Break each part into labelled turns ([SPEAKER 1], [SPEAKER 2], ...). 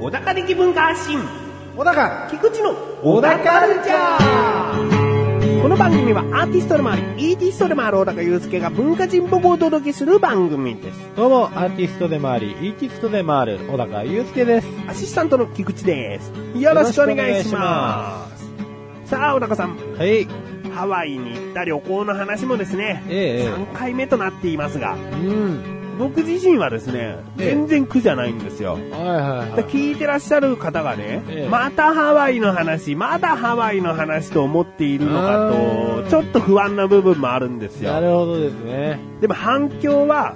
[SPEAKER 1] 小高で気分が発信
[SPEAKER 2] 小高
[SPEAKER 1] 菊池の
[SPEAKER 2] 小高カルチャー
[SPEAKER 1] この番組はアーティストでもありイーティストでもある小高祐介が文化人っぽくお届けする番組です
[SPEAKER 2] どうも、アーティストでもあり、イーティストでもある、小高祐介です。
[SPEAKER 1] アシスタントの菊池ですよろしくお願いしますさあ小高さん
[SPEAKER 2] はい。
[SPEAKER 1] ハワイに行った旅行の話もですね、
[SPEAKER 2] ええ
[SPEAKER 1] 3回目となっていますが
[SPEAKER 2] うん。
[SPEAKER 1] 僕自身はですね
[SPEAKER 2] ええ
[SPEAKER 1] 全然苦じゃないんですよ、
[SPEAKER 2] はいはいは
[SPEAKER 1] だから聞いてらっしゃる方がね、
[SPEAKER 2] ええ
[SPEAKER 1] またハワイの話、まだハワイの話と思っているの
[SPEAKER 2] あ
[SPEAKER 1] かと、
[SPEAKER 2] ー
[SPEAKER 1] ちょっと不安な部分もあるんです
[SPEAKER 2] い。な
[SPEAKER 1] よ。
[SPEAKER 2] るほどですね。
[SPEAKER 1] でも反響は、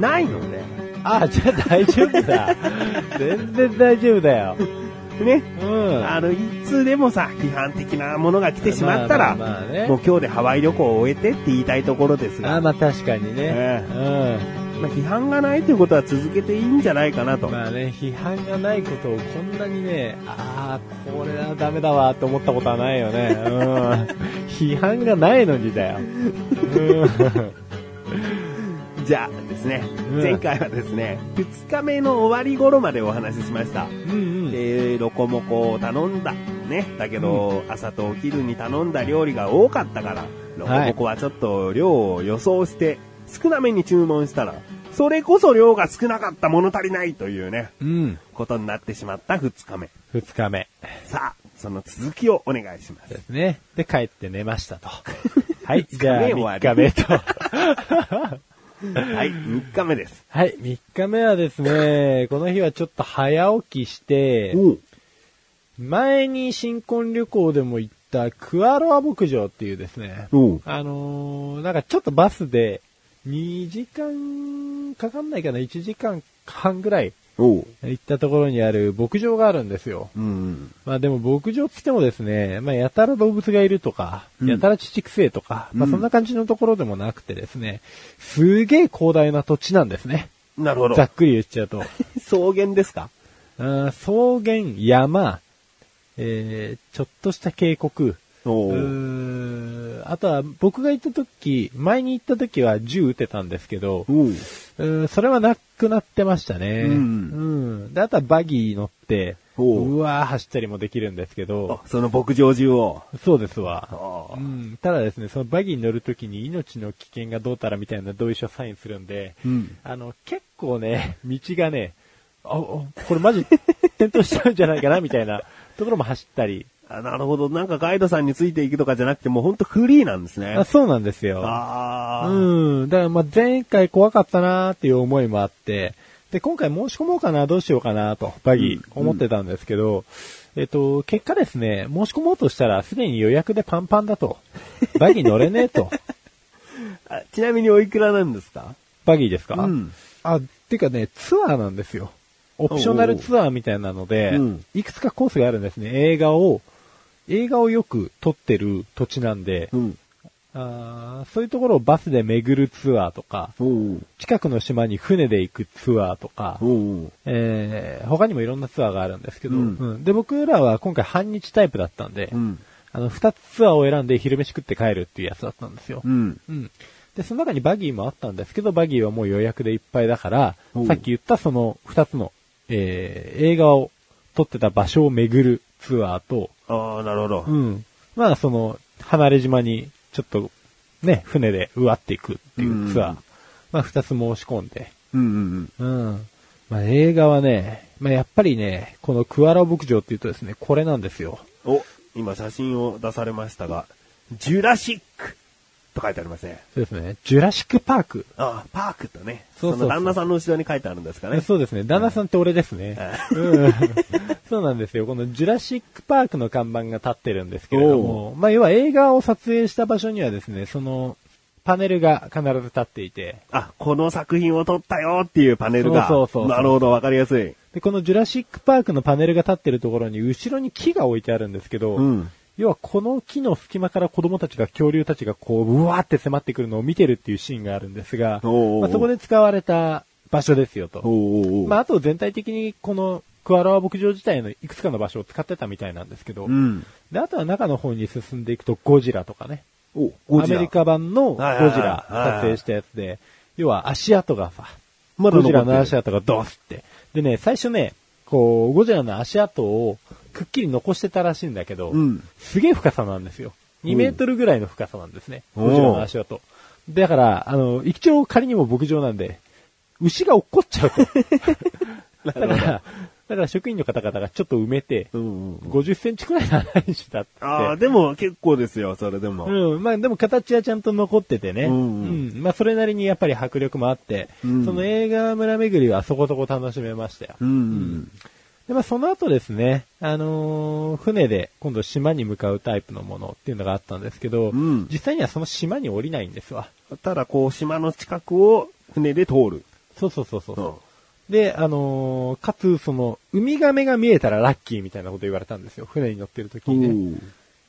[SPEAKER 1] ないので、
[SPEAKER 2] あ、じゃあ大丈夫だ。全然大丈夫だよ。
[SPEAKER 1] ね、
[SPEAKER 2] うん。
[SPEAKER 1] あの、いつでもさ、批判的なものが来てしまったら、
[SPEAKER 2] まあまあまあね
[SPEAKER 1] もう今日でハワイ旅行を終えてって言いたいところですが、
[SPEAKER 2] あ、まあ確かにね。
[SPEAKER 1] え
[SPEAKER 2] う
[SPEAKER 1] まあ批判がないということは続けていいんじゃないかなと。
[SPEAKER 2] ん。まあね、批判がないことをこんなにね、ああ、これはダメだわと思ったことはないよね。うん。批判がないのにだよ。うん。
[SPEAKER 1] じゃあですね、
[SPEAKER 2] うん
[SPEAKER 1] 前回はですね、2日目の終わり頃までお話ししました。
[SPEAKER 2] うんうん。
[SPEAKER 1] で、ロコモコを頼んだ。ね。だけど、朝とお昼に頼んだ料理が多かったから、ロコモコはちょっと量を予想して、少なめに注文したら、それこそ量が少なかった物足りないというね、
[SPEAKER 2] うん。
[SPEAKER 1] ことになってしまった2日目。
[SPEAKER 2] 二日目。
[SPEAKER 1] さあ、その続きをお願いします
[SPEAKER 2] で。すね。で、帰って寝ましたと。はい、
[SPEAKER 1] 二
[SPEAKER 2] じゃあ
[SPEAKER 1] 日目
[SPEAKER 2] 3
[SPEAKER 1] 終わ
[SPEAKER 2] 日
[SPEAKER 1] り
[SPEAKER 2] 目と。
[SPEAKER 1] はい、3日目です。
[SPEAKER 2] はい、3日目はですね、この日はちょっと早起きして、
[SPEAKER 1] おう
[SPEAKER 2] 前に新婚旅行でも行ったクアロア牧場っていうですね、
[SPEAKER 1] おう
[SPEAKER 2] あのー、なんかちょっとバスで2時間かかんないかな、1時間半ぐらい
[SPEAKER 1] おう
[SPEAKER 2] 行ったところにある牧場があるんですよ。
[SPEAKER 1] うん。
[SPEAKER 2] まあでも牧場っつってもですね、まあやたら動物がいるとか、
[SPEAKER 1] うん
[SPEAKER 2] やたら土くせえとか、まあ
[SPEAKER 1] うん
[SPEAKER 2] そんな感じのところでもなくてですね、すげえ広大な土地なんですね。
[SPEAKER 1] なるほど
[SPEAKER 2] ざ。っくり言っちゃう と。
[SPEAKER 1] 草原ですか
[SPEAKER 2] あー草原、山、えー、ちょっとした渓谷、
[SPEAKER 1] お
[SPEAKER 2] う
[SPEAKER 1] う
[SPEAKER 2] ーんあとは僕が行った時、前に行った時は銃撃てたんですけど、
[SPEAKER 1] おう
[SPEAKER 2] うん、それはなくなってましたね。
[SPEAKER 1] うん
[SPEAKER 2] うんで、あとはバギー乗って、
[SPEAKER 1] おう
[SPEAKER 2] うわー走ったりもできるんですけど
[SPEAKER 1] あ、その牧場中を。
[SPEAKER 2] そうですわ。
[SPEAKER 1] あ
[SPEAKER 2] う
[SPEAKER 1] あ
[SPEAKER 2] ん、ただですね、そのバギーに乗るときに命の危険がどうたらみたいな同意書サインするんで、
[SPEAKER 1] うん
[SPEAKER 2] あの、結構ね、道がね、あ、あこれマジ 転倒しちゃうんじゃないかなみたいなところも走ったり。
[SPEAKER 1] あなるほど。なんかガイドさんについていくとかじゃなくて、もうほんとフリーなんですね。
[SPEAKER 2] あそうなんですよ。
[SPEAKER 1] あー
[SPEAKER 2] うん。だからまあ前回怖かったなーっていう思いもあって、で、今回申し込もうかな、どうしようかなと、バギー、思ってたんですけど、えっと、結果ですね、申し込もうとしたら、すでに予約でパンパンだと、バギー乗れねえと、
[SPEAKER 1] あちなみにおいくらなんですか
[SPEAKER 2] バギーですか
[SPEAKER 1] うん
[SPEAKER 2] あ、てかね、ツアーなんですよ。オプショナルツアーみたいなので、
[SPEAKER 1] うん
[SPEAKER 2] いくつかコースがあるんですね。映画を、映画をよく撮ってる土地なんで、
[SPEAKER 1] うん。
[SPEAKER 2] あーそういうところをバスで巡るツアーとか、
[SPEAKER 1] おう
[SPEAKER 2] 近くの島に船で行くツアーとか、
[SPEAKER 1] おう
[SPEAKER 2] えー他にもいろんなツアーがあるんですけど、
[SPEAKER 1] うん
[SPEAKER 2] うんで、僕らは今回半日タイプだったんで、
[SPEAKER 1] うん。
[SPEAKER 2] あの、二つツアーを選んで昼飯食って帰るっていうやつだったんですよ。
[SPEAKER 1] うん。
[SPEAKER 2] うんで、その中にバギーもあったんですけど、バギーはもう予約でいっぱいだから
[SPEAKER 1] おう、
[SPEAKER 2] さっき言ったその二つの、えー映画を撮ってた場所を巡るツアーと、
[SPEAKER 1] ああ、なるほど。
[SPEAKER 2] うん。まあ、その、離れ島に、ちょっと、ね、船でうわっていくっていうツアー。
[SPEAKER 1] うん
[SPEAKER 2] まあ、二つ申し込んで。
[SPEAKER 1] うんうん
[SPEAKER 2] うん。まあ、映画はね、まあ、やっぱりね、このクアラ牧場っていうとですね、これなんですよ。
[SPEAKER 1] うん。お、今写真を出されましたが、ジュラシックと書いてありますね。
[SPEAKER 2] そうですね。ジュラシックパーク。
[SPEAKER 1] ああ、パークとね。
[SPEAKER 2] そうそうそう
[SPEAKER 1] の旦那さんの後ろに書いてあるんですかね。
[SPEAKER 2] そうですね。旦那さんって俺ですね。うん、そうなんですよ。このジュラシックパークの看板が立ってるんですけれども、まあ、要は映画を撮影した場所にはですね、その、パネルが必ず立っていて、
[SPEAKER 1] あ、この作品を撮ったよっていうパネルが。
[SPEAKER 2] そうそうそうそう
[SPEAKER 1] なるほど、わかりやすい。
[SPEAKER 2] で、このジュラシックパークのパネルが立ってるところに後ろに木が置いてあるんですけど、
[SPEAKER 1] うん
[SPEAKER 2] 要はこの木の隙間から子供たちが恐竜たちがこう、うわーって迫ってくるのを見てるっていうシーンがあるんですが、
[SPEAKER 1] おうおうおう
[SPEAKER 2] まあ、そこで使われた場所ですよ
[SPEAKER 1] お
[SPEAKER 2] と。
[SPEAKER 1] うおうおう
[SPEAKER 2] まあ、あと全体的にこのクアロア牧場自体のいくつかの場所を使ってたみたいなんですけど、
[SPEAKER 1] うん。
[SPEAKER 2] で、あとは中の方に進んでいくとゴジラとかね。
[SPEAKER 1] お、
[SPEAKER 2] アメリカ版のゴジ
[SPEAKER 1] はいはいはい
[SPEAKER 2] ラ撮影したやつで、要は足跡がさ、
[SPEAKER 1] まだ残っ
[SPEAKER 2] ゴジ
[SPEAKER 1] てる
[SPEAKER 2] ラの足跡がドスって。でね、最初ね、こう、ゴジラの足跡をくっきり残してたらしいんだけど、
[SPEAKER 1] うん
[SPEAKER 2] すげえ深さなんですよ。2メートルぐらいの深さなんですね。
[SPEAKER 1] おう
[SPEAKER 2] ゴジラの足跡。だから、あの、一応仮にも牧場なんで、牛が落っこっちゃうと。 だから、だから職員の方々がちょっと埋めて、
[SPEAKER 1] うんうん。
[SPEAKER 2] 50センチくらいの穴にしたって。
[SPEAKER 1] ああ、でも結構ですよ、それでも。
[SPEAKER 2] うん、まあでも形はちゃんと残っててね。
[SPEAKER 1] う
[SPEAKER 2] うんん、
[SPEAKER 1] う
[SPEAKER 2] まあそれなりにやっぱり迫力もあって、
[SPEAKER 1] うん
[SPEAKER 2] その映画村巡りはそこそこ楽しめましたよ。
[SPEAKER 1] うん。
[SPEAKER 2] で、まあその後ですね、あのー船で今度島に向かうタイプのものっていうのがあったんですけど、
[SPEAKER 1] うん
[SPEAKER 2] 実際にはその島に降りないんですわ。
[SPEAKER 1] ただ、こう、島の近くを船で通る。
[SPEAKER 2] そうそうそうそう。
[SPEAKER 1] うん。
[SPEAKER 2] で、あのーかつその、ウミガメが見えたらラッキーみたいなこと言われたんですよ。船に乗ってる時にね。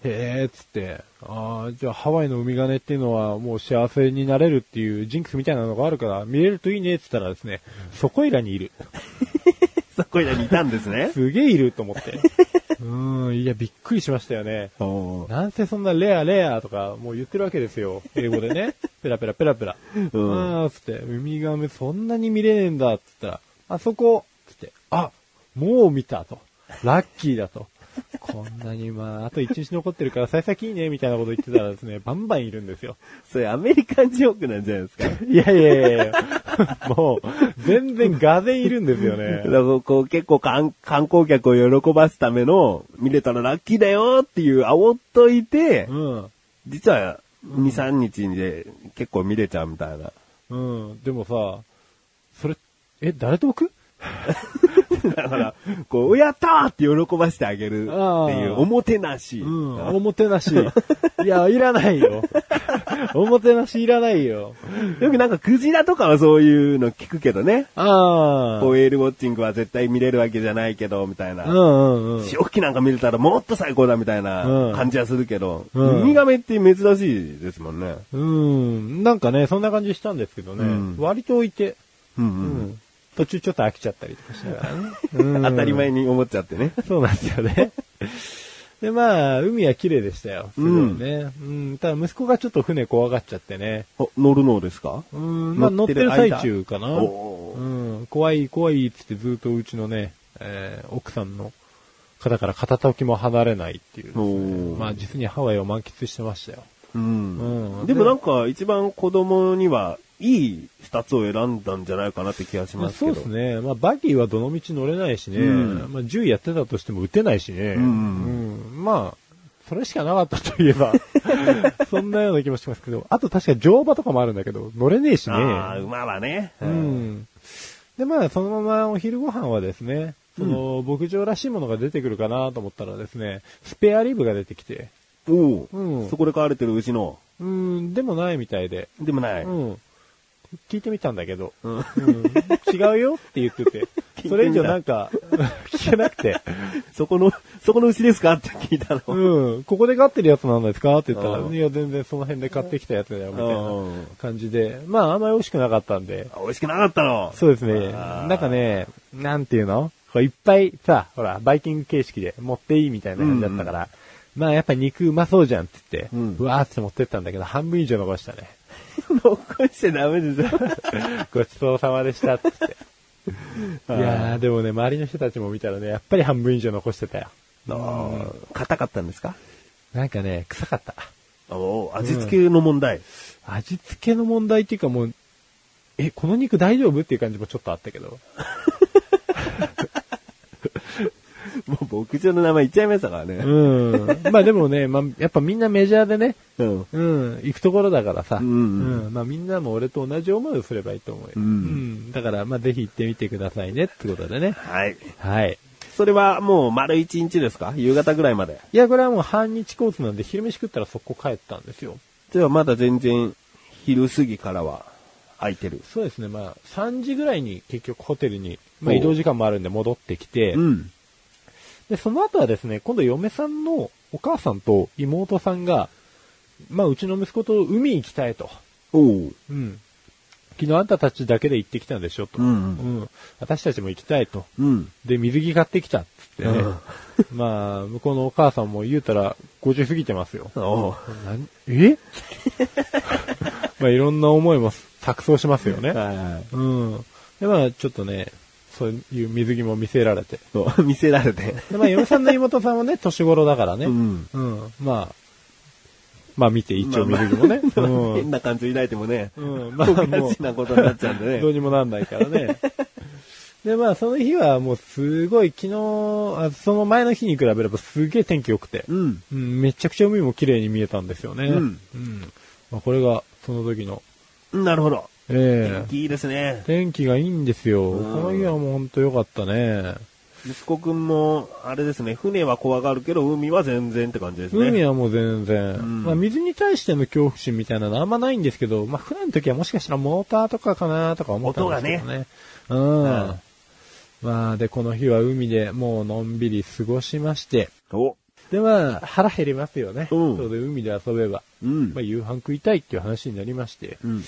[SPEAKER 2] へえ、つって、ああ、じゃあハワイのウミガメっていうのはもう幸せになれるっていうジンクスみたいなのがあるから見れるといいねって言ったらですね、そこいらにいる。。
[SPEAKER 1] そこらにいたんですね
[SPEAKER 2] すげえいると思って。 うーん、いや、びっくりしましたよね。
[SPEAKER 1] うん
[SPEAKER 2] なんせそんなレアレアとかもう言ってるわけですよ。英語で ね。ペラペラペラペラ。
[SPEAKER 1] ん
[SPEAKER 2] ああ、つって、ウミガメそんなに見れねえんだ、つったら、あそこ、つって、あ、もう見たと。ラッキーだと。こんなにまあ、あと一日残ってるから幸先いいね、みたいなこと言ってたらですね、バンバンいるんですよ。
[SPEAKER 1] それアメリカンジョークなんじゃないですか。
[SPEAKER 2] いやいやいやいや もう、全然がぜいるんですよ
[SPEAKER 1] だ
[SPEAKER 2] ね
[SPEAKER 1] か。 らこう結構観観光客を喜ばすための、見れたらラッキーだよっていう煽っといて、
[SPEAKER 2] うん。
[SPEAKER 1] 実は2、3日で結構見れちゃうみたいな。
[SPEAKER 2] うん。でもさ、それ、え、誰と置く
[SPEAKER 1] だから、こう、やったーって喜ばせてあげるって
[SPEAKER 2] あ
[SPEAKER 1] い
[SPEAKER 2] ー
[SPEAKER 1] う、おもてなし。
[SPEAKER 2] うん。おもてなし。いや、いらないよ。おもてなしいらないよ。
[SPEAKER 1] よくなんかクジラとかはそういうの聞くけどね。
[SPEAKER 2] ああ。
[SPEAKER 1] こう、エールウォッチングは絶対見れるわけじゃないけど、みたいな。
[SPEAKER 2] うんうんうん。
[SPEAKER 1] 潮吹きなんか見れたらもっと最高だみたいな
[SPEAKER 2] うん
[SPEAKER 1] 感じはするけど、
[SPEAKER 2] うん
[SPEAKER 1] ウミガメって珍しいですもんね。
[SPEAKER 2] うん。なんかね、そんな感じしたんですけどね。
[SPEAKER 1] うん
[SPEAKER 2] 割と置いて、
[SPEAKER 1] うん
[SPEAKER 2] 途中ちょっと飽きちゃったりとかしな がらね。
[SPEAKER 1] うん当たり前に思っちゃってね。
[SPEAKER 2] そうなんですよね。で、まあ、海は綺麗でしたよ。すごいね。うん。ただ、息子がちょっと船怖がっちゃってね。
[SPEAKER 1] お乗るのですか
[SPEAKER 2] うん。まあ、乗
[SPEAKER 1] 乗っ
[SPEAKER 2] ってて
[SPEAKER 1] る
[SPEAKER 2] る
[SPEAKER 1] 間
[SPEAKER 2] 最中かな。
[SPEAKER 1] おー
[SPEAKER 2] うん。怖い、怖い、つってずっとうちのね、えー奥さんの方から片時も離れないっていうです
[SPEAKER 1] お
[SPEAKER 2] ね。
[SPEAKER 1] ー
[SPEAKER 2] まあ、実にハワイを満喫してましたよ。
[SPEAKER 1] うん
[SPEAKER 2] うん
[SPEAKER 1] でもなんか一番子供にはいい二つを選んだんじゃないかなって気がし
[SPEAKER 2] まあ、
[SPEAKER 1] ますけ
[SPEAKER 2] そ
[SPEAKER 1] ど。
[SPEAKER 2] うですね。まあ、バギーはどの道乗れないしね。
[SPEAKER 1] う
[SPEAKER 2] まあ、銃やってたとしても撃てないしね。
[SPEAKER 1] うんう
[SPEAKER 2] うんまあ、それしかなかったとい えば、そんなような気もしますけど、あと確か乗馬とかもあるんだけど、乗れねえしね。
[SPEAKER 1] ああ、馬はね。
[SPEAKER 2] う。ん。で、まあ、そのままお昼ご飯はですね、その、牧場らしいものが出てくるかなと思ったらですね、スペアリブが出てきて、
[SPEAKER 1] おお、
[SPEAKER 2] うん
[SPEAKER 1] そこで飼われてる牛の。
[SPEAKER 2] うん、でもないみたいで、
[SPEAKER 1] でもない。
[SPEAKER 2] うん。聞いてみたんだけど、
[SPEAKER 1] うん
[SPEAKER 2] うん違うよって言って
[SPEAKER 1] 聞い
[SPEAKER 2] て
[SPEAKER 1] てみた、
[SPEAKER 2] それ以上なんか、聞けなく て、
[SPEAKER 1] そこの、そこの牛ですかって聞いたの。
[SPEAKER 2] うん、ここで飼ってるやつなんですかって言ったら、
[SPEAKER 1] うん
[SPEAKER 2] いや、全然その辺で買ってきたやつだよ、みた
[SPEAKER 1] う
[SPEAKER 2] い
[SPEAKER 1] ん
[SPEAKER 2] な感じで、まあ、あんまり美味しくなかったんで、
[SPEAKER 1] あ美味しくなかったの。
[SPEAKER 2] そうですね、
[SPEAKER 1] あー
[SPEAKER 2] なんかね、なんていうのこういっぱいさ、ほら、バイキング形式で持っていいみたいな感じだったから、まあ、やっぱ肉うまそうじゃんって言って、
[SPEAKER 1] う
[SPEAKER 2] うんわーって持ってったんだけど、半分以上残 したね。
[SPEAKER 1] 残しちゃダメ ですよ。
[SPEAKER 2] ごちそうさまでしたって言 って。いやー、でもね、周りの人たちも見たらね、やっぱり半分以上残してたよ。
[SPEAKER 1] あー硬かったんですか
[SPEAKER 2] なんかね、臭かった。
[SPEAKER 1] おー味付けの問題。
[SPEAKER 2] 味付けの問題っていうかもう、え、この肉大丈夫っていう感じもちょっとあったけど。
[SPEAKER 1] もう牧場の名前言っちゃいましたから
[SPEAKER 2] う
[SPEAKER 1] ね。
[SPEAKER 2] ん。 まあでもね、まあ、やっぱみんなメジャーでね、
[SPEAKER 1] うん。
[SPEAKER 2] うん、行くところだからさ、
[SPEAKER 1] うんうん
[SPEAKER 2] まあみんなも俺と同じ思いをすればいいと思うよ。
[SPEAKER 1] うん
[SPEAKER 2] んだから、まあぜひ行ってみてくださいねってことでね。
[SPEAKER 1] はい。
[SPEAKER 2] はい。
[SPEAKER 1] それはもう丸一日ですか夕方ぐらいまで。
[SPEAKER 2] いや、これはもう半日コースなんで昼飯食ったら速攻帰ったんですよ。
[SPEAKER 1] ではまだ全然昼過ぎからは空いてる。
[SPEAKER 2] そうですね、まあ、3時ぐらいに結局ホテルに、まあ、
[SPEAKER 1] おう
[SPEAKER 2] 移動時間もあるんで戻ってきて、
[SPEAKER 1] ん。
[SPEAKER 2] で、その後はですね、今度嫁さんのお母さんと妹さんが、まあ、うちの息子と海行きたいと。
[SPEAKER 1] おう。
[SPEAKER 2] うん。昨日あんたたちだけで行ってきたんでしょと。
[SPEAKER 1] うん
[SPEAKER 2] うん私たちも行きたいと。
[SPEAKER 1] うん。
[SPEAKER 2] で、水着買ってきたっつってね。
[SPEAKER 1] うん
[SPEAKER 2] まあ、向こうのお母さんも言うたら50過ぎてますよ。
[SPEAKER 1] おう
[SPEAKER 2] なんえ まあ、いろんな思いも錯綜しますよね。
[SPEAKER 1] はいはい。
[SPEAKER 2] うん。で、まあ、ちょっとね、そういう水着も見せられて。
[SPEAKER 1] そう、見せられて。
[SPEAKER 2] で、まあ、嫁さんの妹さ んはね、年頃だからね。
[SPEAKER 1] うん。
[SPEAKER 2] うんまあ、まあ見て、一応水着もね。
[SPEAKER 1] まあまあ
[SPEAKER 2] う
[SPEAKER 1] 変
[SPEAKER 2] ん
[SPEAKER 1] な感情抱いてもね、
[SPEAKER 2] うん、
[SPEAKER 1] お
[SPEAKER 2] まあも
[SPEAKER 1] かし
[SPEAKER 2] う、
[SPEAKER 1] なことになっちゃうんで
[SPEAKER 2] どう
[SPEAKER 1] ね。
[SPEAKER 2] にもなんないから ね。で、まあ、その日はもうすごい、昨日、あその前の日に比べればすげえ天気良くて、
[SPEAKER 1] うん。
[SPEAKER 2] うんめちゃくちゃ海も綺麗に見えたんですよね。
[SPEAKER 1] うん
[SPEAKER 2] うんまあ、これが、その時の、
[SPEAKER 1] なるほど。
[SPEAKER 2] え
[SPEAKER 1] 天
[SPEAKER 2] え
[SPEAKER 1] 気いいですね。
[SPEAKER 2] 天気がいいんですよ。こ
[SPEAKER 1] うん
[SPEAKER 2] の日はもうほんと良かったね。
[SPEAKER 1] 息子くんも、あれですね、船は怖がるけど、海は全然って感じですね。
[SPEAKER 2] 海はもう全然、
[SPEAKER 1] ん
[SPEAKER 2] まあ水に対しての恐怖心みたいなのあんまないんですけど、まあ船の時はもしかしたらモーターとかかなとか思ったんですけどね。うん。
[SPEAKER 1] うん
[SPEAKER 2] まあで、この日は海でもうのんびり過ごしまして。
[SPEAKER 1] お。
[SPEAKER 2] で、まあ腹減りますよね。
[SPEAKER 1] うん
[SPEAKER 2] ちょうど海で遊べば。
[SPEAKER 1] うん
[SPEAKER 2] まあ。夕飯食いたいっていう話になりまして。
[SPEAKER 1] うん。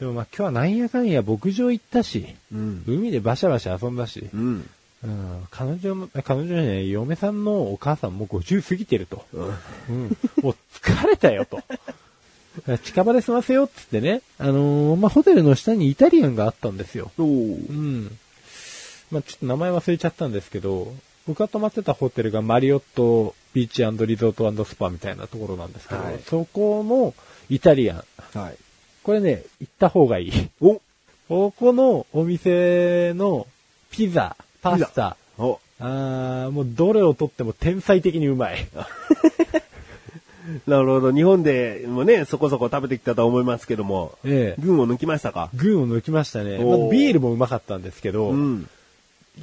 [SPEAKER 2] でもまあ今日はなんやかんや牧場行ったし、
[SPEAKER 1] うん。
[SPEAKER 2] 海でバシャバシャ遊んだし、
[SPEAKER 1] うん。
[SPEAKER 2] うん、彼女も、彼女じゃない、嫁さんのお母さんも50過ぎてると。うん。もう疲れたよと。 近場で済ませようっつってね。あのーまあ、ホテルの下にイタリアンがあったんですよ。
[SPEAKER 1] おう
[SPEAKER 2] うん。まあ、ちょっと名前忘れちゃったんですけど、僕が泊まってたホテルがマリオットビーチリゾートスパみたいなところなんですけど、
[SPEAKER 1] はい
[SPEAKER 2] そこのイタリアン。
[SPEAKER 1] はい。
[SPEAKER 2] これね、行った方がいい。
[SPEAKER 1] お
[SPEAKER 2] ここのお店のピザ、パスタ、
[SPEAKER 1] お
[SPEAKER 2] あーもうどれをとっても天才的にうまい。
[SPEAKER 1] なるほど。日本でもね、そこそこ食べてきたとは思いますけども、
[SPEAKER 2] ええ。
[SPEAKER 1] 群を抜きましたか
[SPEAKER 2] 群を抜きましたね。
[SPEAKER 1] おー
[SPEAKER 2] まあビールもうまかったんですけど、
[SPEAKER 1] うん。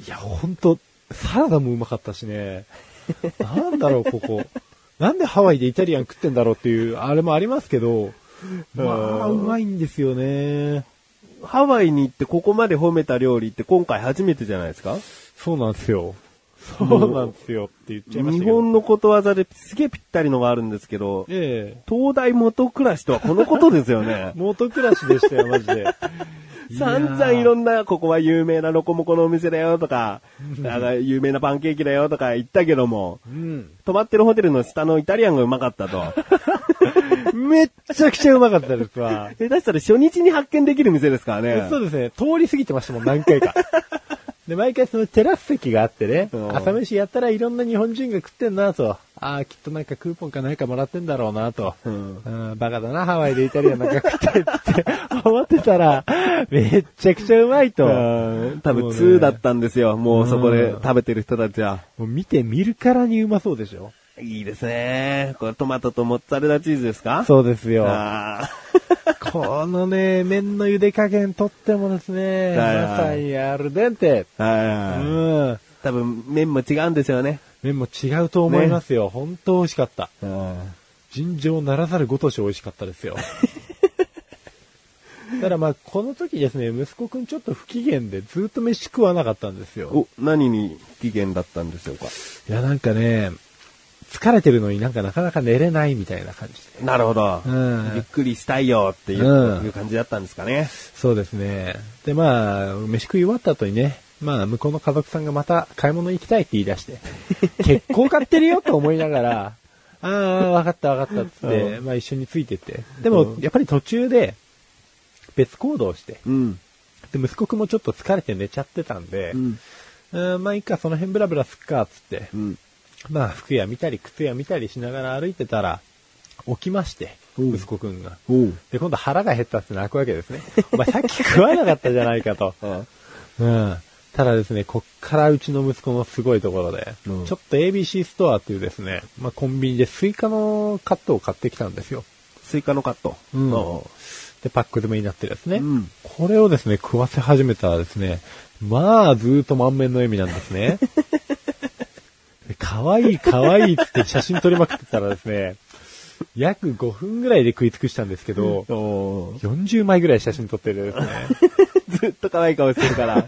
[SPEAKER 2] いや、ほんと、サラダもうまかったしね。なんだろう、ここ。なんでハワイでイタリアン食ってんだろうっていう、あれもありますけど、まあ、うまいんですよね。
[SPEAKER 1] ハワイに行ってここまで褒めた料理って今回初めてじゃないですか
[SPEAKER 2] そうなんですよ。そうなんですよって言っちゃいまし
[SPEAKER 1] 日
[SPEAKER 2] たけど。
[SPEAKER 1] 本のことわざですげえぴったりのがあるんですけど、
[SPEAKER 2] え
[SPEAKER 1] 東大元暮らしとはこのことですよね
[SPEAKER 2] え。。元暮らしでしたよ、マジで。
[SPEAKER 1] 散々いろ
[SPEAKER 2] ん
[SPEAKER 1] んな、ここは有名なロコモコのお店だよとか、なんか有名なパンケーキだよとか言ったけども、
[SPEAKER 2] うん。
[SPEAKER 1] 泊まってるホテルの下のイタリアンがうまかったと。
[SPEAKER 2] めっちゃくちゃうまかったですわ。
[SPEAKER 1] 下手したら初日に発見できる店ですからね。
[SPEAKER 2] そうですね。通り過ぎてましたもん、何回 か。で、毎回そのテラス席があってね
[SPEAKER 1] う、ん
[SPEAKER 2] 朝飯やったらいろんな日本人が食ってんなと。ああ、きっとなんかクーポンか何かもらってんだろうなと。
[SPEAKER 1] うん
[SPEAKER 2] うん、バカだな、ハワイでイタリアンなんか食ってって思ってたら、 めっちゃくちゃうまいと。
[SPEAKER 1] うん多分2だったんですよ。もうそこで食べてる人たちは。
[SPEAKER 2] もう見て見るからにうまそうでしょ
[SPEAKER 1] いいですね。これトマトとモッツァレラチーズですかう
[SPEAKER 2] そうですよ。
[SPEAKER 1] あ
[SPEAKER 2] このね、麺の茹で加減とってもですね、
[SPEAKER 1] はいはい
[SPEAKER 2] まさにアルデンテ。
[SPEAKER 1] あ。は
[SPEAKER 2] う
[SPEAKER 1] い はい
[SPEAKER 2] ん。
[SPEAKER 1] 多分麺も違うんですよね。
[SPEAKER 2] 麺も違うと思いますよ。本当美味しかった。
[SPEAKER 1] うん
[SPEAKER 2] 尋常ならざるごとし美味しかっ たですよ。ただまあ、この時ですね、息子くんちょっと不機嫌でずっと飯食わなかったんですよ。
[SPEAKER 1] お、何に期限だったんでしょうか。
[SPEAKER 2] いや、なんかね、疲れてるのになんかなかなか寝れないみたいな感じで。
[SPEAKER 1] なるほど。
[SPEAKER 2] うん
[SPEAKER 1] びっくりしたいよっていう,、
[SPEAKER 2] うん
[SPEAKER 1] いう感じだったんですかね。
[SPEAKER 2] そうですね。でまあ、飯食い終わった後にね、まあ、向こうの家族さんがまた買い物行きたいって言い 出して、結構買ってるよと思いながら、ああ、わかったわかったっつって、まあ一緒についてって。でも
[SPEAKER 1] う、ん
[SPEAKER 2] やっぱり途中で、別行動して、
[SPEAKER 1] うん。
[SPEAKER 2] で、息子くんもちょっと疲れて寝ちゃってたんで、
[SPEAKER 1] うん。
[SPEAKER 2] うん、まあいいか、その辺ブラブラすっか、っつって、
[SPEAKER 1] うん。
[SPEAKER 2] まあ服屋見たり靴屋見たりしながら歩いてたら、起きまして、
[SPEAKER 1] うん
[SPEAKER 2] 息子くんが。
[SPEAKER 1] おう。
[SPEAKER 2] で、今度腹が減ったって泣くわけですね。 お前さっき食わなかったじゃないかと。うん。ただですね、こっからうちの息子のすごいところで、
[SPEAKER 1] うん
[SPEAKER 2] ちょっと ABC ストアっていうですね、まあコンビニでスイカのカットを買ってきたんですよ。
[SPEAKER 1] スイカのカット。
[SPEAKER 2] うん
[SPEAKER 1] お
[SPEAKER 2] で、パック詰めになってるやつね。
[SPEAKER 1] うん
[SPEAKER 2] これをですね、食わせ始めたらですね、まあ、ずーっと満面の笑みなんです ね。で可愛い可愛いっつって写真撮りまくってたらですね、約5分ぐらいで食い尽くしたんですけど、
[SPEAKER 1] うおう
[SPEAKER 2] 40枚ぐらい写真撮ってるですね。
[SPEAKER 1] ずっと可愛い顔してる から。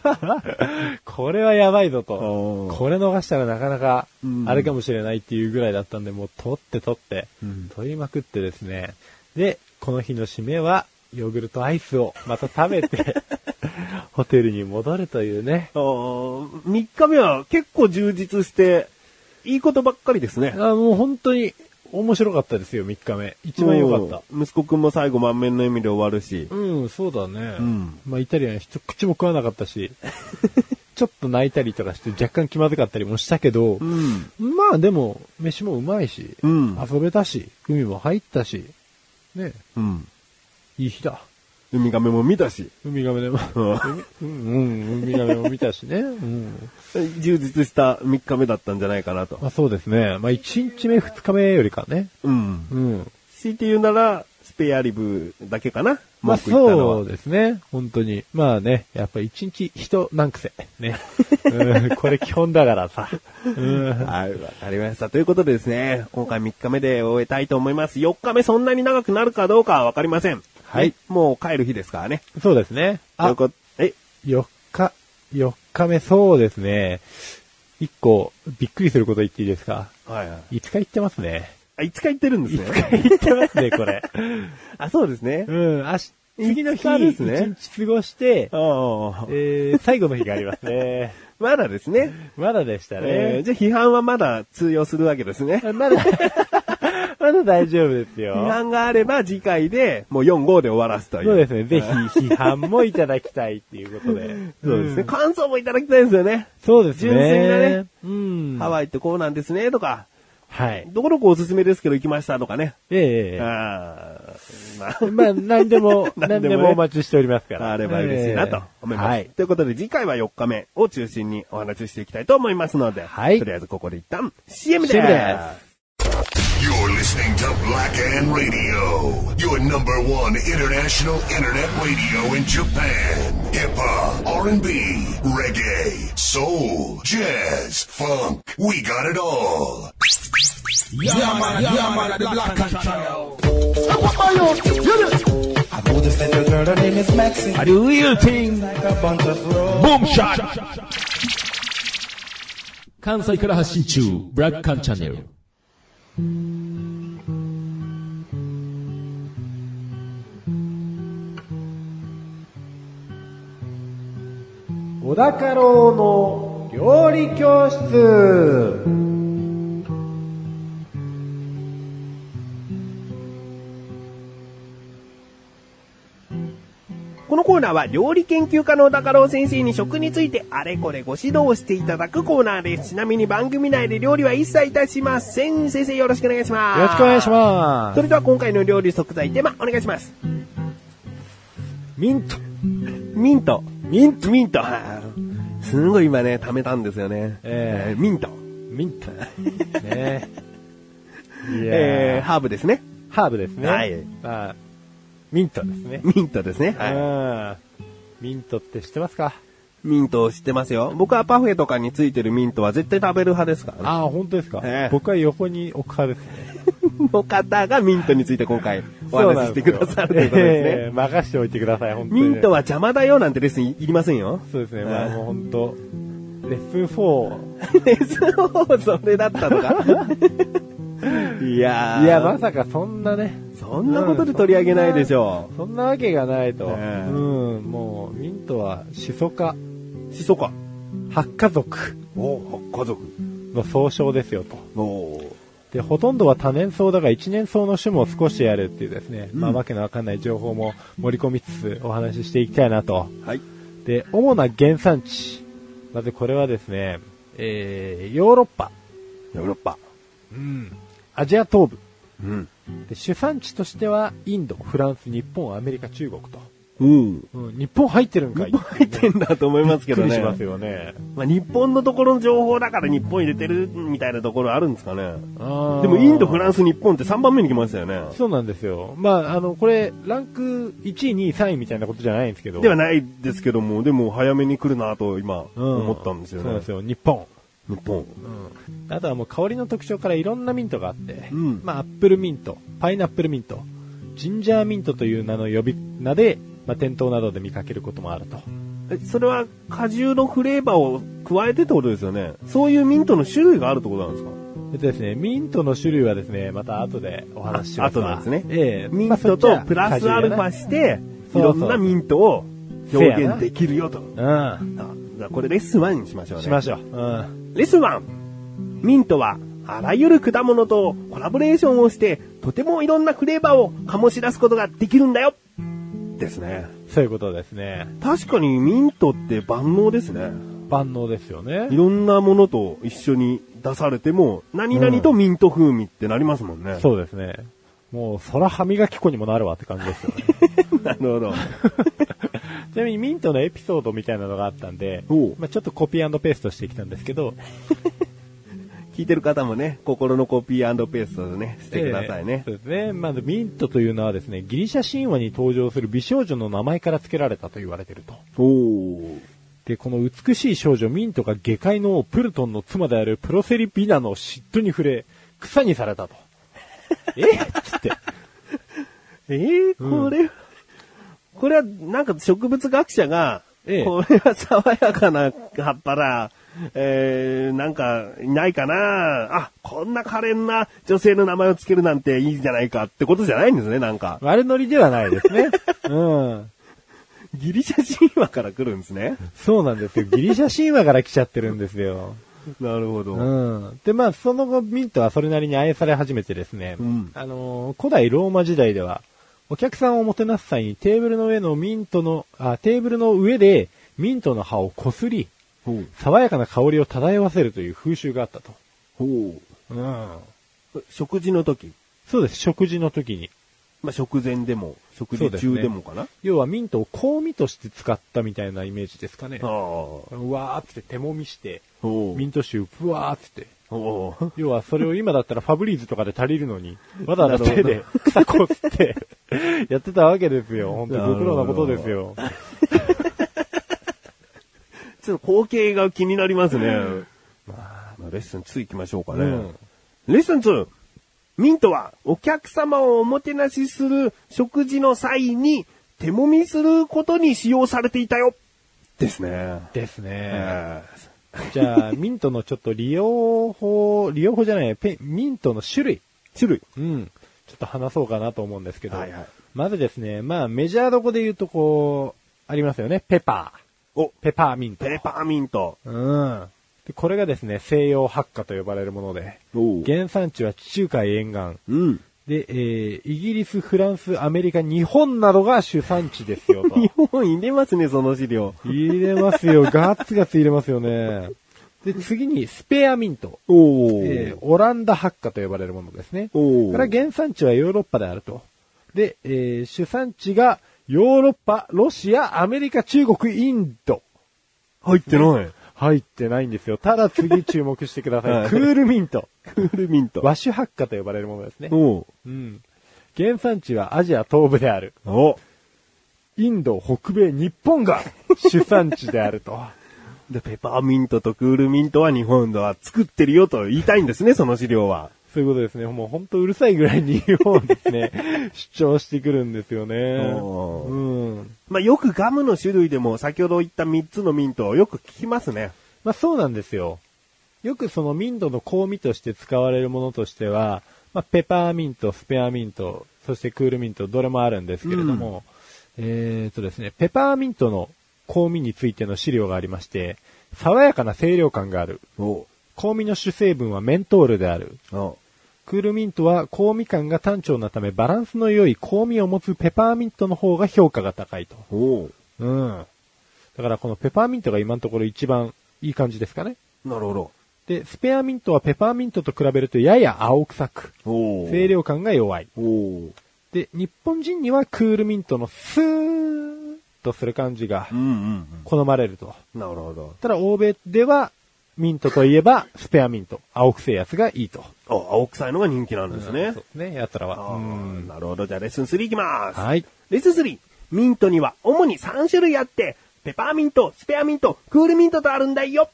[SPEAKER 2] これはやばいぞと。
[SPEAKER 1] おう
[SPEAKER 2] これ逃したらなかなか
[SPEAKER 1] うん、
[SPEAKER 2] あれかもしれないっていうぐらいだったんで、もう撮って撮って
[SPEAKER 1] うん、
[SPEAKER 2] 撮りまくってですね。で、この日の締めは、ヨーグルトアイスをまた食べ て、ホテルに戻るというね。
[SPEAKER 1] 3日目は結構充実して、いいことばっかりですね。
[SPEAKER 2] あもう本当に面白かったですよ、3日目。一番良かった。
[SPEAKER 1] うん。息子くんも最後満面の笑みで終わるし。
[SPEAKER 2] うん、そうだね。
[SPEAKER 1] うん
[SPEAKER 2] まあ、イタリアン一口も食わなかっ たし、ちょっと泣いたりとかして若干気まずかったりもしたけど、
[SPEAKER 1] ん。
[SPEAKER 2] まあでも、飯もうまいし、
[SPEAKER 1] うん
[SPEAKER 2] 遊べたし、海も入ったし、ね、
[SPEAKER 1] うん。
[SPEAKER 2] いい日だ。
[SPEAKER 1] ウミガメも見たし。
[SPEAKER 2] ウミガメでも、うん、うん、ウミガメも見たしね。うん。
[SPEAKER 1] 充実した3日目だったんじゃないかなと。
[SPEAKER 2] まあそうですね。まあ1日目、2日目よりかね。
[SPEAKER 1] うん。
[SPEAKER 2] うん。
[SPEAKER 1] 強いて言うなら、スペアリブだけかな。
[SPEAKER 2] まあ
[SPEAKER 1] 文句言ったのは
[SPEAKER 2] そうですね。本当に。まあね、やっぱ一日人何癖。 ね。うんこれ基本だからさ。うん
[SPEAKER 1] はい、わかりました。ということでですね、今回3日目で終えたいと思います。4日目そんなに長くなるかどうかはわかりません。
[SPEAKER 2] はい
[SPEAKER 1] ね。もう帰る日ですからね。
[SPEAKER 2] そうですね。
[SPEAKER 1] とい
[SPEAKER 2] あ
[SPEAKER 1] う、ことえ、
[SPEAKER 2] 4日、4日目、そうですね。1個、びっくりすること言っていいですか
[SPEAKER 1] はいはい。
[SPEAKER 2] ?5 日行ってます ね。
[SPEAKER 1] あ、5日行ってるんですね。
[SPEAKER 2] 行ってますね、これ。
[SPEAKER 1] あ、そうですね。
[SPEAKER 2] うん、明日、次の日、
[SPEAKER 1] 5日ですね
[SPEAKER 2] 1日過ごして、
[SPEAKER 1] ああ、
[SPEAKER 2] えー、最後の日がありますね。
[SPEAKER 1] まだですね。
[SPEAKER 2] まだでした
[SPEAKER 1] えー
[SPEAKER 2] ね。
[SPEAKER 1] じゃあ批判はまだ通用するわけですね。
[SPEAKER 2] まだ、 まだ大丈夫ですよ。
[SPEAKER 1] 批判があれば次回でもう4、5で終わらすという。
[SPEAKER 2] そうですね。ぜひ批判もいただきたいっていうことで。
[SPEAKER 1] そうですね。。感想もいただきたいですよね。
[SPEAKER 2] そうですね。
[SPEAKER 1] 純粋なね。
[SPEAKER 2] うん。
[SPEAKER 1] ハワイってこうなんですね、とか。
[SPEAKER 2] はい。
[SPEAKER 1] どこどこおすすめですけど行きましたとかね。
[SPEAKER 2] えええ
[SPEAKER 1] ああ、まあ
[SPEAKER 2] え。まあ、何でも、
[SPEAKER 1] 何
[SPEAKER 2] 何
[SPEAKER 1] でもね
[SPEAKER 2] でもお待ちしております から。
[SPEAKER 1] あれば嬉しいなと思います。
[SPEAKER 2] ええはい。
[SPEAKER 1] ということで次回は4日目を中心にお話ししていきたいと思いますので、
[SPEAKER 2] はい
[SPEAKER 1] とりあえずここで一旦 CM です。
[SPEAKER 2] CM です
[SPEAKER 3] You're listening to Black and Radio, your number one international internet radio in Japan. Hip hop, R&B, reggae, soul, jazz, funk. We got it all.
[SPEAKER 4] Yaman, Yaman at the Black Cat Channel.
[SPEAKER 5] I go to set the girl, her name is Maxine. I
[SPEAKER 4] The real thing.
[SPEAKER 5] like a bunch of roses.
[SPEAKER 4] Boom shot.
[SPEAKER 6] 関西から発信中、ブラックカンチャンネル。
[SPEAKER 2] 小田家老の料理教室
[SPEAKER 1] このコーナーは料理研究家の高郎先生に食についてあれこれご指導していただくコーナーです。ちなみに番組内で料理は一切いたしません。先生よろしくお願いします。
[SPEAKER 2] よろしくお願いし
[SPEAKER 1] す。
[SPEAKER 2] ま
[SPEAKER 1] そ
[SPEAKER 2] す。
[SPEAKER 1] れでは今回の料理即材テーマお願いします。
[SPEAKER 2] ミント。
[SPEAKER 1] ミント。ミントミント。はいすんごい今ね、貯めたんですよね。
[SPEAKER 2] え
[SPEAKER 1] ーミント。
[SPEAKER 2] ミント。 ねえ。いや
[SPEAKER 1] えー、
[SPEAKER 2] ー
[SPEAKER 1] ハーブですね。
[SPEAKER 2] ハーブですね。
[SPEAKER 1] はい
[SPEAKER 2] まあ、ミントですね。
[SPEAKER 1] ミントですね。はい。
[SPEAKER 2] うん。ミントって知ってますか
[SPEAKER 1] ミントを知ってますよ。僕はパフェとかについてるミントは絶対食べる派ですからね。
[SPEAKER 2] ああ、本当ですか、
[SPEAKER 1] ええ
[SPEAKER 2] 僕は横に置く派ですね。
[SPEAKER 1] の方がミントについて今回お話ししてくださるということですね。
[SPEAKER 2] ええ 任しておいてください、本当に
[SPEAKER 1] ミ
[SPEAKER 2] ね、
[SPEAKER 1] ントは邪魔だよなんてレッスンいりませんよ。
[SPEAKER 2] そうですね、ま
[SPEAKER 1] え
[SPEAKER 2] あ
[SPEAKER 1] え
[SPEAKER 2] もう本当レッスン4。
[SPEAKER 1] そう、それだったの か。いやー。
[SPEAKER 2] いや、まさかそんなね。
[SPEAKER 1] そんなことで取り上げないでしょ
[SPEAKER 2] そんなわけがないと。
[SPEAKER 1] ええ
[SPEAKER 2] うん、もう、ミントは、シソ科、
[SPEAKER 1] う。しそか。
[SPEAKER 2] 発火族
[SPEAKER 1] お家族。
[SPEAKER 2] の総称ですよと。
[SPEAKER 1] お
[SPEAKER 2] で、ほとんどは多年草だが一年草の種も少しあるっていうですね、まあ
[SPEAKER 1] うん
[SPEAKER 2] わけのわかんない情報も盛り込みつつお話ししていきたいなと。
[SPEAKER 1] はい。
[SPEAKER 2] で、主な原産地。まずこれはですね、えー、ヨーロッパ、
[SPEAKER 1] ヨーロッパ。
[SPEAKER 2] アジア東部。
[SPEAKER 1] うん。
[SPEAKER 2] で主産地としては、インド、フランス、日本、アメリカ、中国と。
[SPEAKER 1] うん。
[SPEAKER 2] うん、日本入ってるんかい
[SPEAKER 1] 日本入ってんだと思いますけど
[SPEAKER 2] びっくり
[SPEAKER 1] ね。
[SPEAKER 2] しますよね。
[SPEAKER 1] まあ、日本のところの情報だから日本入れてるみたいなところあるんですかね。
[SPEAKER 2] でも
[SPEAKER 1] でもインド、フラ
[SPEAKER 2] ン
[SPEAKER 1] ンス、日本って3番目に来ましたよね。
[SPEAKER 2] そうなんですよ。まあ、あの、これ、ランク1位、2位、3位みたいなことじゃないんですけど。
[SPEAKER 1] ではないですけども、でも早めに来るなと今
[SPEAKER 2] うん
[SPEAKER 1] 思ったんですよ
[SPEAKER 2] そう
[SPEAKER 1] ね
[SPEAKER 2] なんです。よ、日本。
[SPEAKER 1] 日本。
[SPEAKER 2] あとはもう香りの特徴からいろんなミントがあって、
[SPEAKER 1] うん
[SPEAKER 2] まあアップルミント、パイナップルミント、ジンジャーミントという名の呼び名で、まあ店頭などで見かけることもあると。
[SPEAKER 1] えそれは果汁のフレーバーを加えてってことですよね。そういうミントの種類があるってことなんですか
[SPEAKER 2] えっとですね、ミントの種類はですね、また後でお話しし
[SPEAKER 1] あ
[SPEAKER 2] ます
[SPEAKER 1] と
[SPEAKER 2] が。
[SPEAKER 1] なんですね。
[SPEAKER 2] ええ
[SPEAKER 1] ミントとプラスアルファして、い
[SPEAKER 2] そうそ
[SPEAKER 1] ろ
[SPEAKER 2] うん
[SPEAKER 1] なミントを表現できるよと。
[SPEAKER 2] ァ。うん。
[SPEAKER 1] あじゃあこれレッスン1にしましょうね。
[SPEAKER 2] しましょう。うん。
[SPEAKER 1] レッスン 1! ミントはあらゆる果物とコラボレーションをして、とてもいろんなフレーバーを醸し出すことができるんだよですね。
[SPEAKER 2] そういうことですね。
[SPEAKER 1] 確かにミントって万能ですね。
[SPEAKER 2] 万能ですよね
[SPEAKER 1] い。ろんなものと一緒に出されても、何々とミント風味ってなりますもんね。
[SPEAKER 2] そうですね。もう、空歯磨き粉にもなるわって感じですよね。
[SPEAKER 1] なるほど。
[SPEAKER 2] ちなみにミントのエピソードみたいなのがあったんで
[SPEAKER 1] おう、
[SPEAKER 2] まあちょっとコピーペーストしてきたんですけど、
[SPEAKER 1] 聞いてる方もね、心のコピーペーストでね、してくださいね
[SPEAKER 2] ええ。そうですね。まずミントというのはですね、ギリシャ神話に登場する美少女の名前から付けられたと言われてると。
[SPEAKER 1] おお。
[SPEAKER 2] で、この美しい少女ミントが下界の王プルトンの妻であるプロセリビナの嫉妬に触れ、草にされたと。え つって。
[SPEAKER 1] ええこれ、これはなんか植物学者が、
[SPEAKER 2] ええ
[SPEAKER 1] これは爽やかな葉っぱだ。えー、なんか、いないかなあ、こんな可憐な女性の名前を付けるなんていいじゃないかってことじゃないんですね、なんか。
[SPEAKER 2] 悪ノリではないですね。うん。
[SPEAKER 1] ギリシャ神話から来るんです ね。
[SPEAKER 2] そうなんですよ。ギリシャ神話から来ちゃってるんですよ。
[SPEAKER 1] なるほど。
[SPEAKER 2] うん。で、まあ、その後、ミントはそれなりに愛され始めてですね、
[SPEAKER 1] うん
[SPEAKER 2] あのー古代ローマ時代では、お客さんをもてなす際にテーブルの上のミントの、あ、テーブルの上でミントの葉をこすり、
[SPEAKER 1] ほう。
[SPEAKER 2] 爽やかな香りを漂わせるという風習があったと。
[SPEAKER 1] ほ
[SPEAKER 2] うん。
[SPEAKER 1] う。食事の時、
[SPEAKER 2] そうです、食事の時に。
[SPEAKER 1] まあ、食前でも、食
[SPEAKER 2] そう
[SPEAKER 1] 事
[SPEAKER 2] です
[SPEAKER 1] 中
[SPEAKER 2] ね
[SPEAKER 1] でもかな、
[SPEAKER 2] 要はミントを香味として使ったみたいなイメージですかね
[SPEAKER 1] あ。あ。
[SPEAKER 2] うわーって手もみして、
[SPEAKER 1] おう
[SPEAKER 2] ミント臭ぶわーって。
[SPEAKER 1] おう
[SPEAKER 2] 要はそれを今だったらファブリーズとかで足りるの に、わざわざ手
[SPEAKER 1] なる
[SPEAKER 2] で草こすって やってたわけですよ。本当にご苦労なことですよ。
[SPEAKER 1] ちょっと光景が気になりますね。まあ、レッスン2行きましょうかね。
[SPEAKER 2] うん
[SPEAKER 1] レッスン 2! ミントはお客様をおもてなしする食事の際に手揉みすることに使用されていたよですね。
[SPEAKER 2] ですね。
[SPEAKER 1] えー
[SPEAKER 2] じゃあ、ミントのちょっと利用法、利用法じゃない、ペミントの種類。
[SPEAKER 1] 種類。
[SPEAKER 2] うん。ちょっと話そうかなと思うんですけど。
[SPEAKER 1] はいはい
[SPEAKER 2] まずですね、まあメジャーどこで言うとこう、ありますよね。ペパー。
[SPEAKER 1] お
[SPEAKER 2] ペパーミント。
[SPEAKER 1] ペーパーミント。
[SPEAKER 2] うん。でこれがですね、西洋発火と呼ばれるもので、
[SPEAKER 1] おう
[SPEAKER 2] 原産地は地中海沿岸。
[SPEAKER 1] うん。
[SPEAKER 2] で、えー、イギリス、フランス、アメリカ、日本などが主産地ですよ と。
[SPEAKER 1] 日本入れますね、その資料。
[SPEAKER 2] 入れますよ。ガッツガツ入れますよね。で、次に、スペアミント。
[SPEAKER 1] おお、
[SPEAKER 2] えー、オランダ発火と呼ばれるものですね。
[SPEAKER 1] おー
[SPEAKER 2] これは原産地はヨーロッパであると。で、えー主産地がヨーロッパ、ロシア、アメリカ、中国、インド。
[SPEAKER 1] 入ってない。
[SPEAKER 2] 入ってないんですよ。ただ次注目してくださ い。
[SPEAKER 1] はい
[SPEAKER 2] クールミント。
[SPEAKER 1] クールミント。
[SPEAKER 2] 和種発火と呼ばれるものですね。
[SPEAKER 1] おう
[SPEAKER 2] うん。原産地はアジア東部である。
[SPEAKER 1] お
[SPEAKER 2] インド、北米、日本が主産地であ ると。
[SPEAKER 1] で、ペパーミントとクールミントは日本では作ってるよと言いたいんですね、その資料は。
[SPEAKER 2] そういうことですね。もう本当うるさいぐらいに日本をです ね、主張してくるんですよね。
[SPEAKER 1] お
[SPEAKER 2] うん。
[SPEAKER 1] まあ、よくガムの種類でも先ほど言った3つのミントをよく聞きますね。
[SPEAKER 2] まあそうなんですよ。よくそのミントの香味として使われるものとしては、まあペパーミント、スペアミント、そしてクールミント、どれもあるんですけれども、えーとですね、ペパーミントの香味についての資料がありまして、爽やかな清涼感がある。
[SPEAKER 1] お
[SPEAKER 2] 香味の主成分はメントールである。
[SPEAKER 1] お
[SPEAKER 2] クールミントは香味感が単調なためバランスの良い香味を持つペパーミントの方が評価が高いと。
[SPEAKER 1] お
[SPEAKER 2] うん。だからこのペパーミントが今のところ一番いい感じですかね。
[SPEAKER 1] なるほど。
[SPEAKER 2] で、スペアミントはペパーミントと比べるとやや青臭く、
[SPEAKER 1] お
[SPEAKER 2] 清涼感が弱い。
[SPEAKER 1] おお
[SPEAKER 2] で、日本人にはクールミントのスーッとする感じが
[SPEAKER 1] うんうん
[SPEAKER 2] 好まれると。
[SPEAKER 1] うん。なるほど。
[SPEAKER 2] ただ欧米ではミントといえばスペアミント、青臭いやつがいいと。
[SPEAKER 1] あ、青臭いのが人気なんですね。
[SPEAKER 2] そうですね、奴ら
[SPEAKER 1] あ
[SPEAKER 2] は。うん
[SPEAKER 1] ーなるほど。じゃあレッスン3いきます。
[SPEAKER 2] はい。
[SPEAKER 1] レッスン3。ミントには主に3種類あって、ペパーミント、スペアミント、クールミントとあるんだよ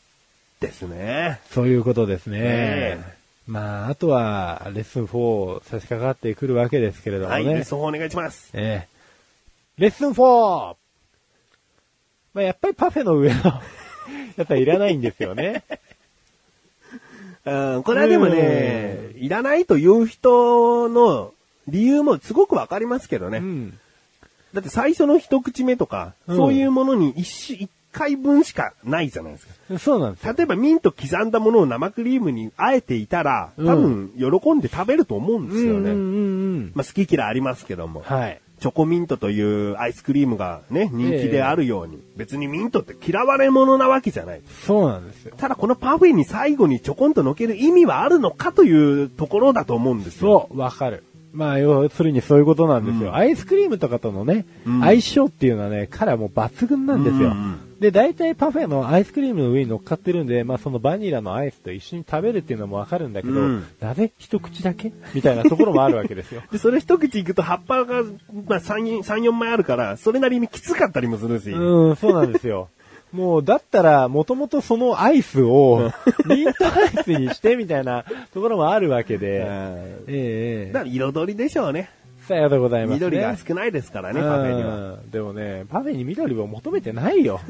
[SPEAKER 1] ですね。
[SPEAKER 2] そういうことですね。
[SPEAKER 1] え
[SPEAKER 2] まあ、あとは、レッスン4差し掛かってくるわけですけれどもね。
[SPEAKER 1] はい、レッスン4お願いします。
[SPEAKER 2] ええレッスン 4! まあ、やっぱりパフェの上の、やっぱいらないんですよね。
[SPEAKER 1] うん、これはでもね、いらないという人の理由もすごくわかりますけどね。
[SPEAKER 2] うん。
[SPEAKER 1] だって最初の一口目とか、
[SPEAKER 2] うん
[SPEAKER 1] そういうものに一種、一回分しかないじゃないですか。
[SPEAKER 2] そうなんですよ。
[SPEAKER 1] 例えばミント刻んだものを生クリームにあえていたら、多分喜んで食べると思うんですよね。
[SPEAKER 2] うんうんうん。
[SPEAKER 1] まあ好き嫌いありますけども。
[SPEAKER 2] はい。
[SPEAKER 1] チョコミントというアイスクリームがね、人気であるように、別にミントって嫌われ者なわけじゃない。
[SPEAKER 2] そうなんですよ。
[SPEAKER 1] ただこのパフェに最後にちょこんと乗ける意味はあるのかというところだと思うんですよ。
[SPEAKER 2] そう、わかる。まあ、要するにそういうことなんですよ。
[SPEAKER 1] うん
[SPEAKER 2] アイスクリームとかとのね、
[SPEAKER 1] うん
[SPEAKER 2] 相性っていうのはね、彼はもう抜群なんですよ。
[SPEAKER 1] うん
[SPEAKER 2] で、大体パフェのアイスクリームの上に乗っかってるんで、まあそのバニラのアイスと一緒に食べるっていうのもわかるんだけど、
[SPEAKER 1] うん。
[SPEAKER 2] なぜ一口だけみたいなところもあるわけですよ
[SPEAKER 1] で、それ一口いくと葉っぱが、まあ、3、3 4枚あるから、それなりにきつかったりもするし。
[SPEAKER 2] うん、そうなんですよ。もう、だったら、もともとそのアイスを、ミントアイスにしてみたいなところもあるわ けで、
[SPEAKER 1] うん
[SPEAKER 2] ええ
[SPEAKER 1] だから彩りでしょうね。
[SPEAKER 2] さようでございます、ね。
[SPEAKER 1] 緑が少ないですからね、パフェには。
[SPEAKER 2] うんでもね、パフェに緑を求めてないよ。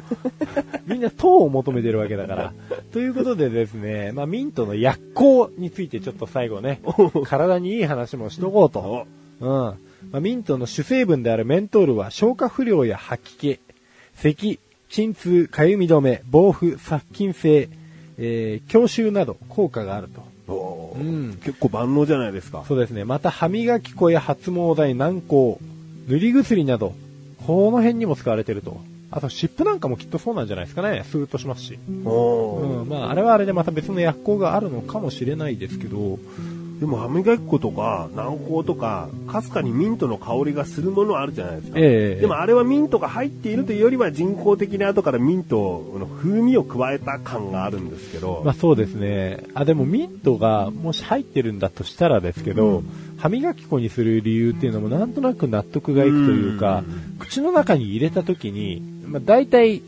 [SPEAKER 2] みんな糖を求めてるわけだから。ということでですね、まあ、ミントの薬効についてちょっと最後ね、体にいい話もしとこうと。うん。まあ、ミントの主成分であるメントールは消化不良や吐き気、咳、鎮痛、かゆみ止め、防腐、殺菌性、えー、強臭など効果があると。
[SPEAKER 1] おー
[SPEAKER 2] うん
[SPEAKER 1] 結構万能じゃないですか。
[SPEAKER 2] そうですね。また歯磨き粉や発毛剤、軟膏、塗り薬など、この辺にも使われてると。あと、湿布なんかもきっとそうなんじゃないですかね。スーッとしますし。う
[SPEAKER 1] おー
[SPEAKER 2] ん。まあ、あれはあれでまた別の薬効があるのかもしれないですけど、
[SPEAKER 1] でも歯磨き粉とか軟膏とかかすかにミントの香りがするものあるじゃないですか、
[SPEAKER 2] ええ
[SPEAKER 1] でもあれはミントが入っているというよりは人工的な後からミントの風味を加えた感があるんですけど、
[SPEAKER 2] まあそうですね。あ、でもミントがもし入ってるんだとしたらですけど、歯磨き粉にする理由っていうのもなんとなく納得がいくというか、口の中に入れた時に、まあ大体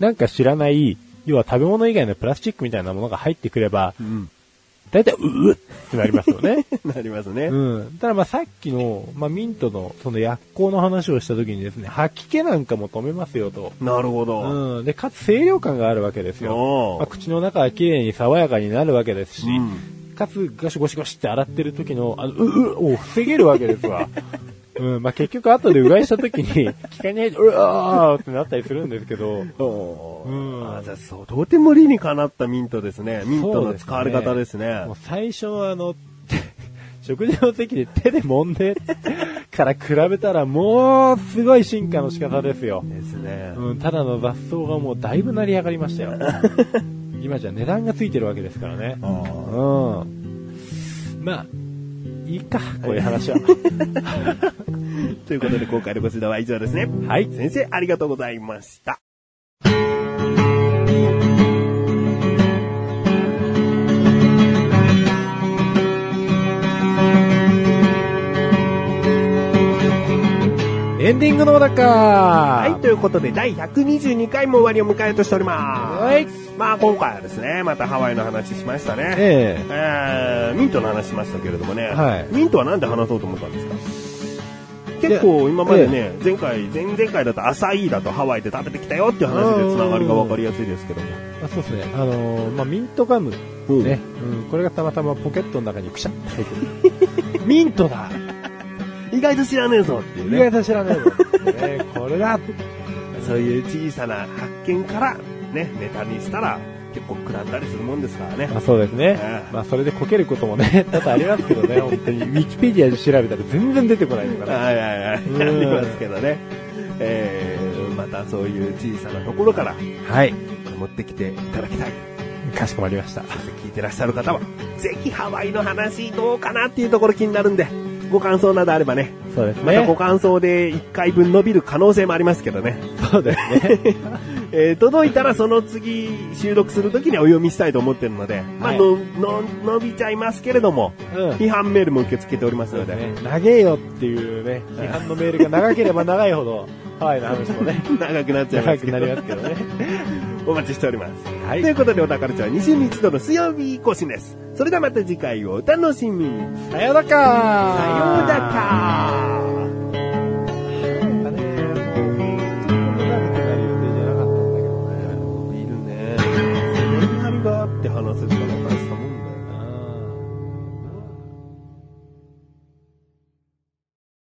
[SPEAKER 2] なんか知らない、要は食べ物以外のプラスチックみたいなものが入ってくれば、
[SPEAKER 1] うん、
[SPEAKER 2] 大体、ううってなりますよね。
[SPEAKER 1] なりますね、
[SPEAKER 2] うん。ただまあさっきの、まあミントの、その薬効の話をした時にですね、吐き気なんかも止めますよと。
[SPEAKER 1] なるほど、
[SPEAKER 2] うん。で、かつ清涼感があるわけです
[SPEAKER 1] お
[SPEAKER 2] よ
[SPEAKER 1] ー。
[SPEAKER 2] まあ、口の中は綺麗に爽やかになるわけですし、
[SPEAKER 1] うん
[SPEAKER 2] かつゴシゴシゴシって洗ってる時の、あの、ううを防げるわけですわ。うん。まあ結局後でうがいした時に、 気管に入って、うわーってなったりするんですけど、
[SPEAKER 1] おー
[SPEAKER 2] うん
[SPEAKER 1] あじゃあそうとても理にかなったミントですねミント
[SPEAKER 2] そう
[SPEAKER 1] の
[SPEAKER 2] ですね
[SPEAKER 1] 使われ方ですね
[SPEAKER 2] もう最初はあの、 食事の席で手で揉んでから比べたらもうすごい進化の仕方ですよ。
[SPEAKER 1] ですね、
[SPEAKER 2] うん、ただの雑草がもうだいぶ成り上がり ましたよ。今じゃ値段がついてるわけですからね。うん。まあ、いいか、こういう 話は。
[SPEAKER 1] ということで今回のご指導は以上ですね
[SPEAKER 2] はい。
[SPEAKER 1] 先生ありがとうございました
[SPEAKER 2] エンディングのだか
[SPEAKER 1] はい、ということで、第122回も終わりを迎えようとしております。
[SPEAKER 2] はい
[SPEAKER 1] まあ、今回はですね、またハワイの話しましたね。
[SPEAKER 2] ええ
[SPEAKER 1] えーミントの話しましたけれどもね、
[SPEAKER 2] はい
[SPEAKER 1] ミントはなんで話そうと思ったんですか結構今までね、前回、前々回だとアサイーだとハワイで食べてきたよっていう話でつながりが分かりやすいですけども。
[SPEAKER 2] まあ、そうですね。あのーまあ、ミントガム。
[SPEAKER 1] うん
[SPEAKER 2] ね。うん。これがたまたまポケットの中にくしゃって入ってる。ミントだ
[SPEAKER 1] 意外と知らねえぞっていう
[SPEAKER 2] 意
[SPEAKER 1] ね。
[SPEAKER 2] 外と知らないぞ。ね、 これだ
[SPEAKER 1] そういう小さな発見からね、ネタにしたら結構食らったりするもんですからね。
[SPEAKER 2] まあそうですね。まあそれでこけることもね、 多々ありますけどね、本当に。ウィキペディアで調べたら全然出てこないから。
[SPEAKER 1] はいはい はい。あ
[SPEAKER 2] うん
[SPEAKER 1] りますけどね。えー、またそういう小さなところから
[SPEAKER 2] はい。
[SPEAKER 1] 持ってきていただきたい。
[SPEAKER 2] かしこまりました。
[SPEAKER 1] そして聞いてらっしゃる方は、ぜひハワイの話どうかなっていうところ気になるんで、ご感想などあればね。
[SPEAKER 2] そうです
[SPEAKER 1] またご
[SPEAKER 2] ね。
[SPEAKER 1] 感想で1回分伸びる可能性もありますけどね。
[SPEAKER 2] そうですね。
[SPEAKER 1] えー、届いたらその次収録するときにはお読みしたいと思ってるので、まあ、
[SPEAKER 2] はい
[SPEAKER 1] の、の、伸びちゃいますけれども、
[SPEAKER 2] うん。
[SPEAKER 1] 批判メールも受け付けております
[SPEAKER 2] そう
[SPEAKER 1] の
[SPEAKER 2] で
[SPEAKER 1] で、
[SPEAKER 2] すね。長えよっていうね、批判のメールが長ければ長いほ ど、ハワイの話も ね、
[SPEAKER 1] 長くなっちゃいます
[SPEAKER 2] 長く
[SPEAKER 1] けど
[SPEAKER 2] な。りますけどね。
[SPEAKER 1] お待ちしております。
[SPEAKER 2] はい
[SPEAKER 1] ということで、お宝ちゃんは2週に一度の水曜日更新です。それではまた次回をお楽しみに。
[SPEAKER 2] さようだか
[SPEAKER 1] さようだか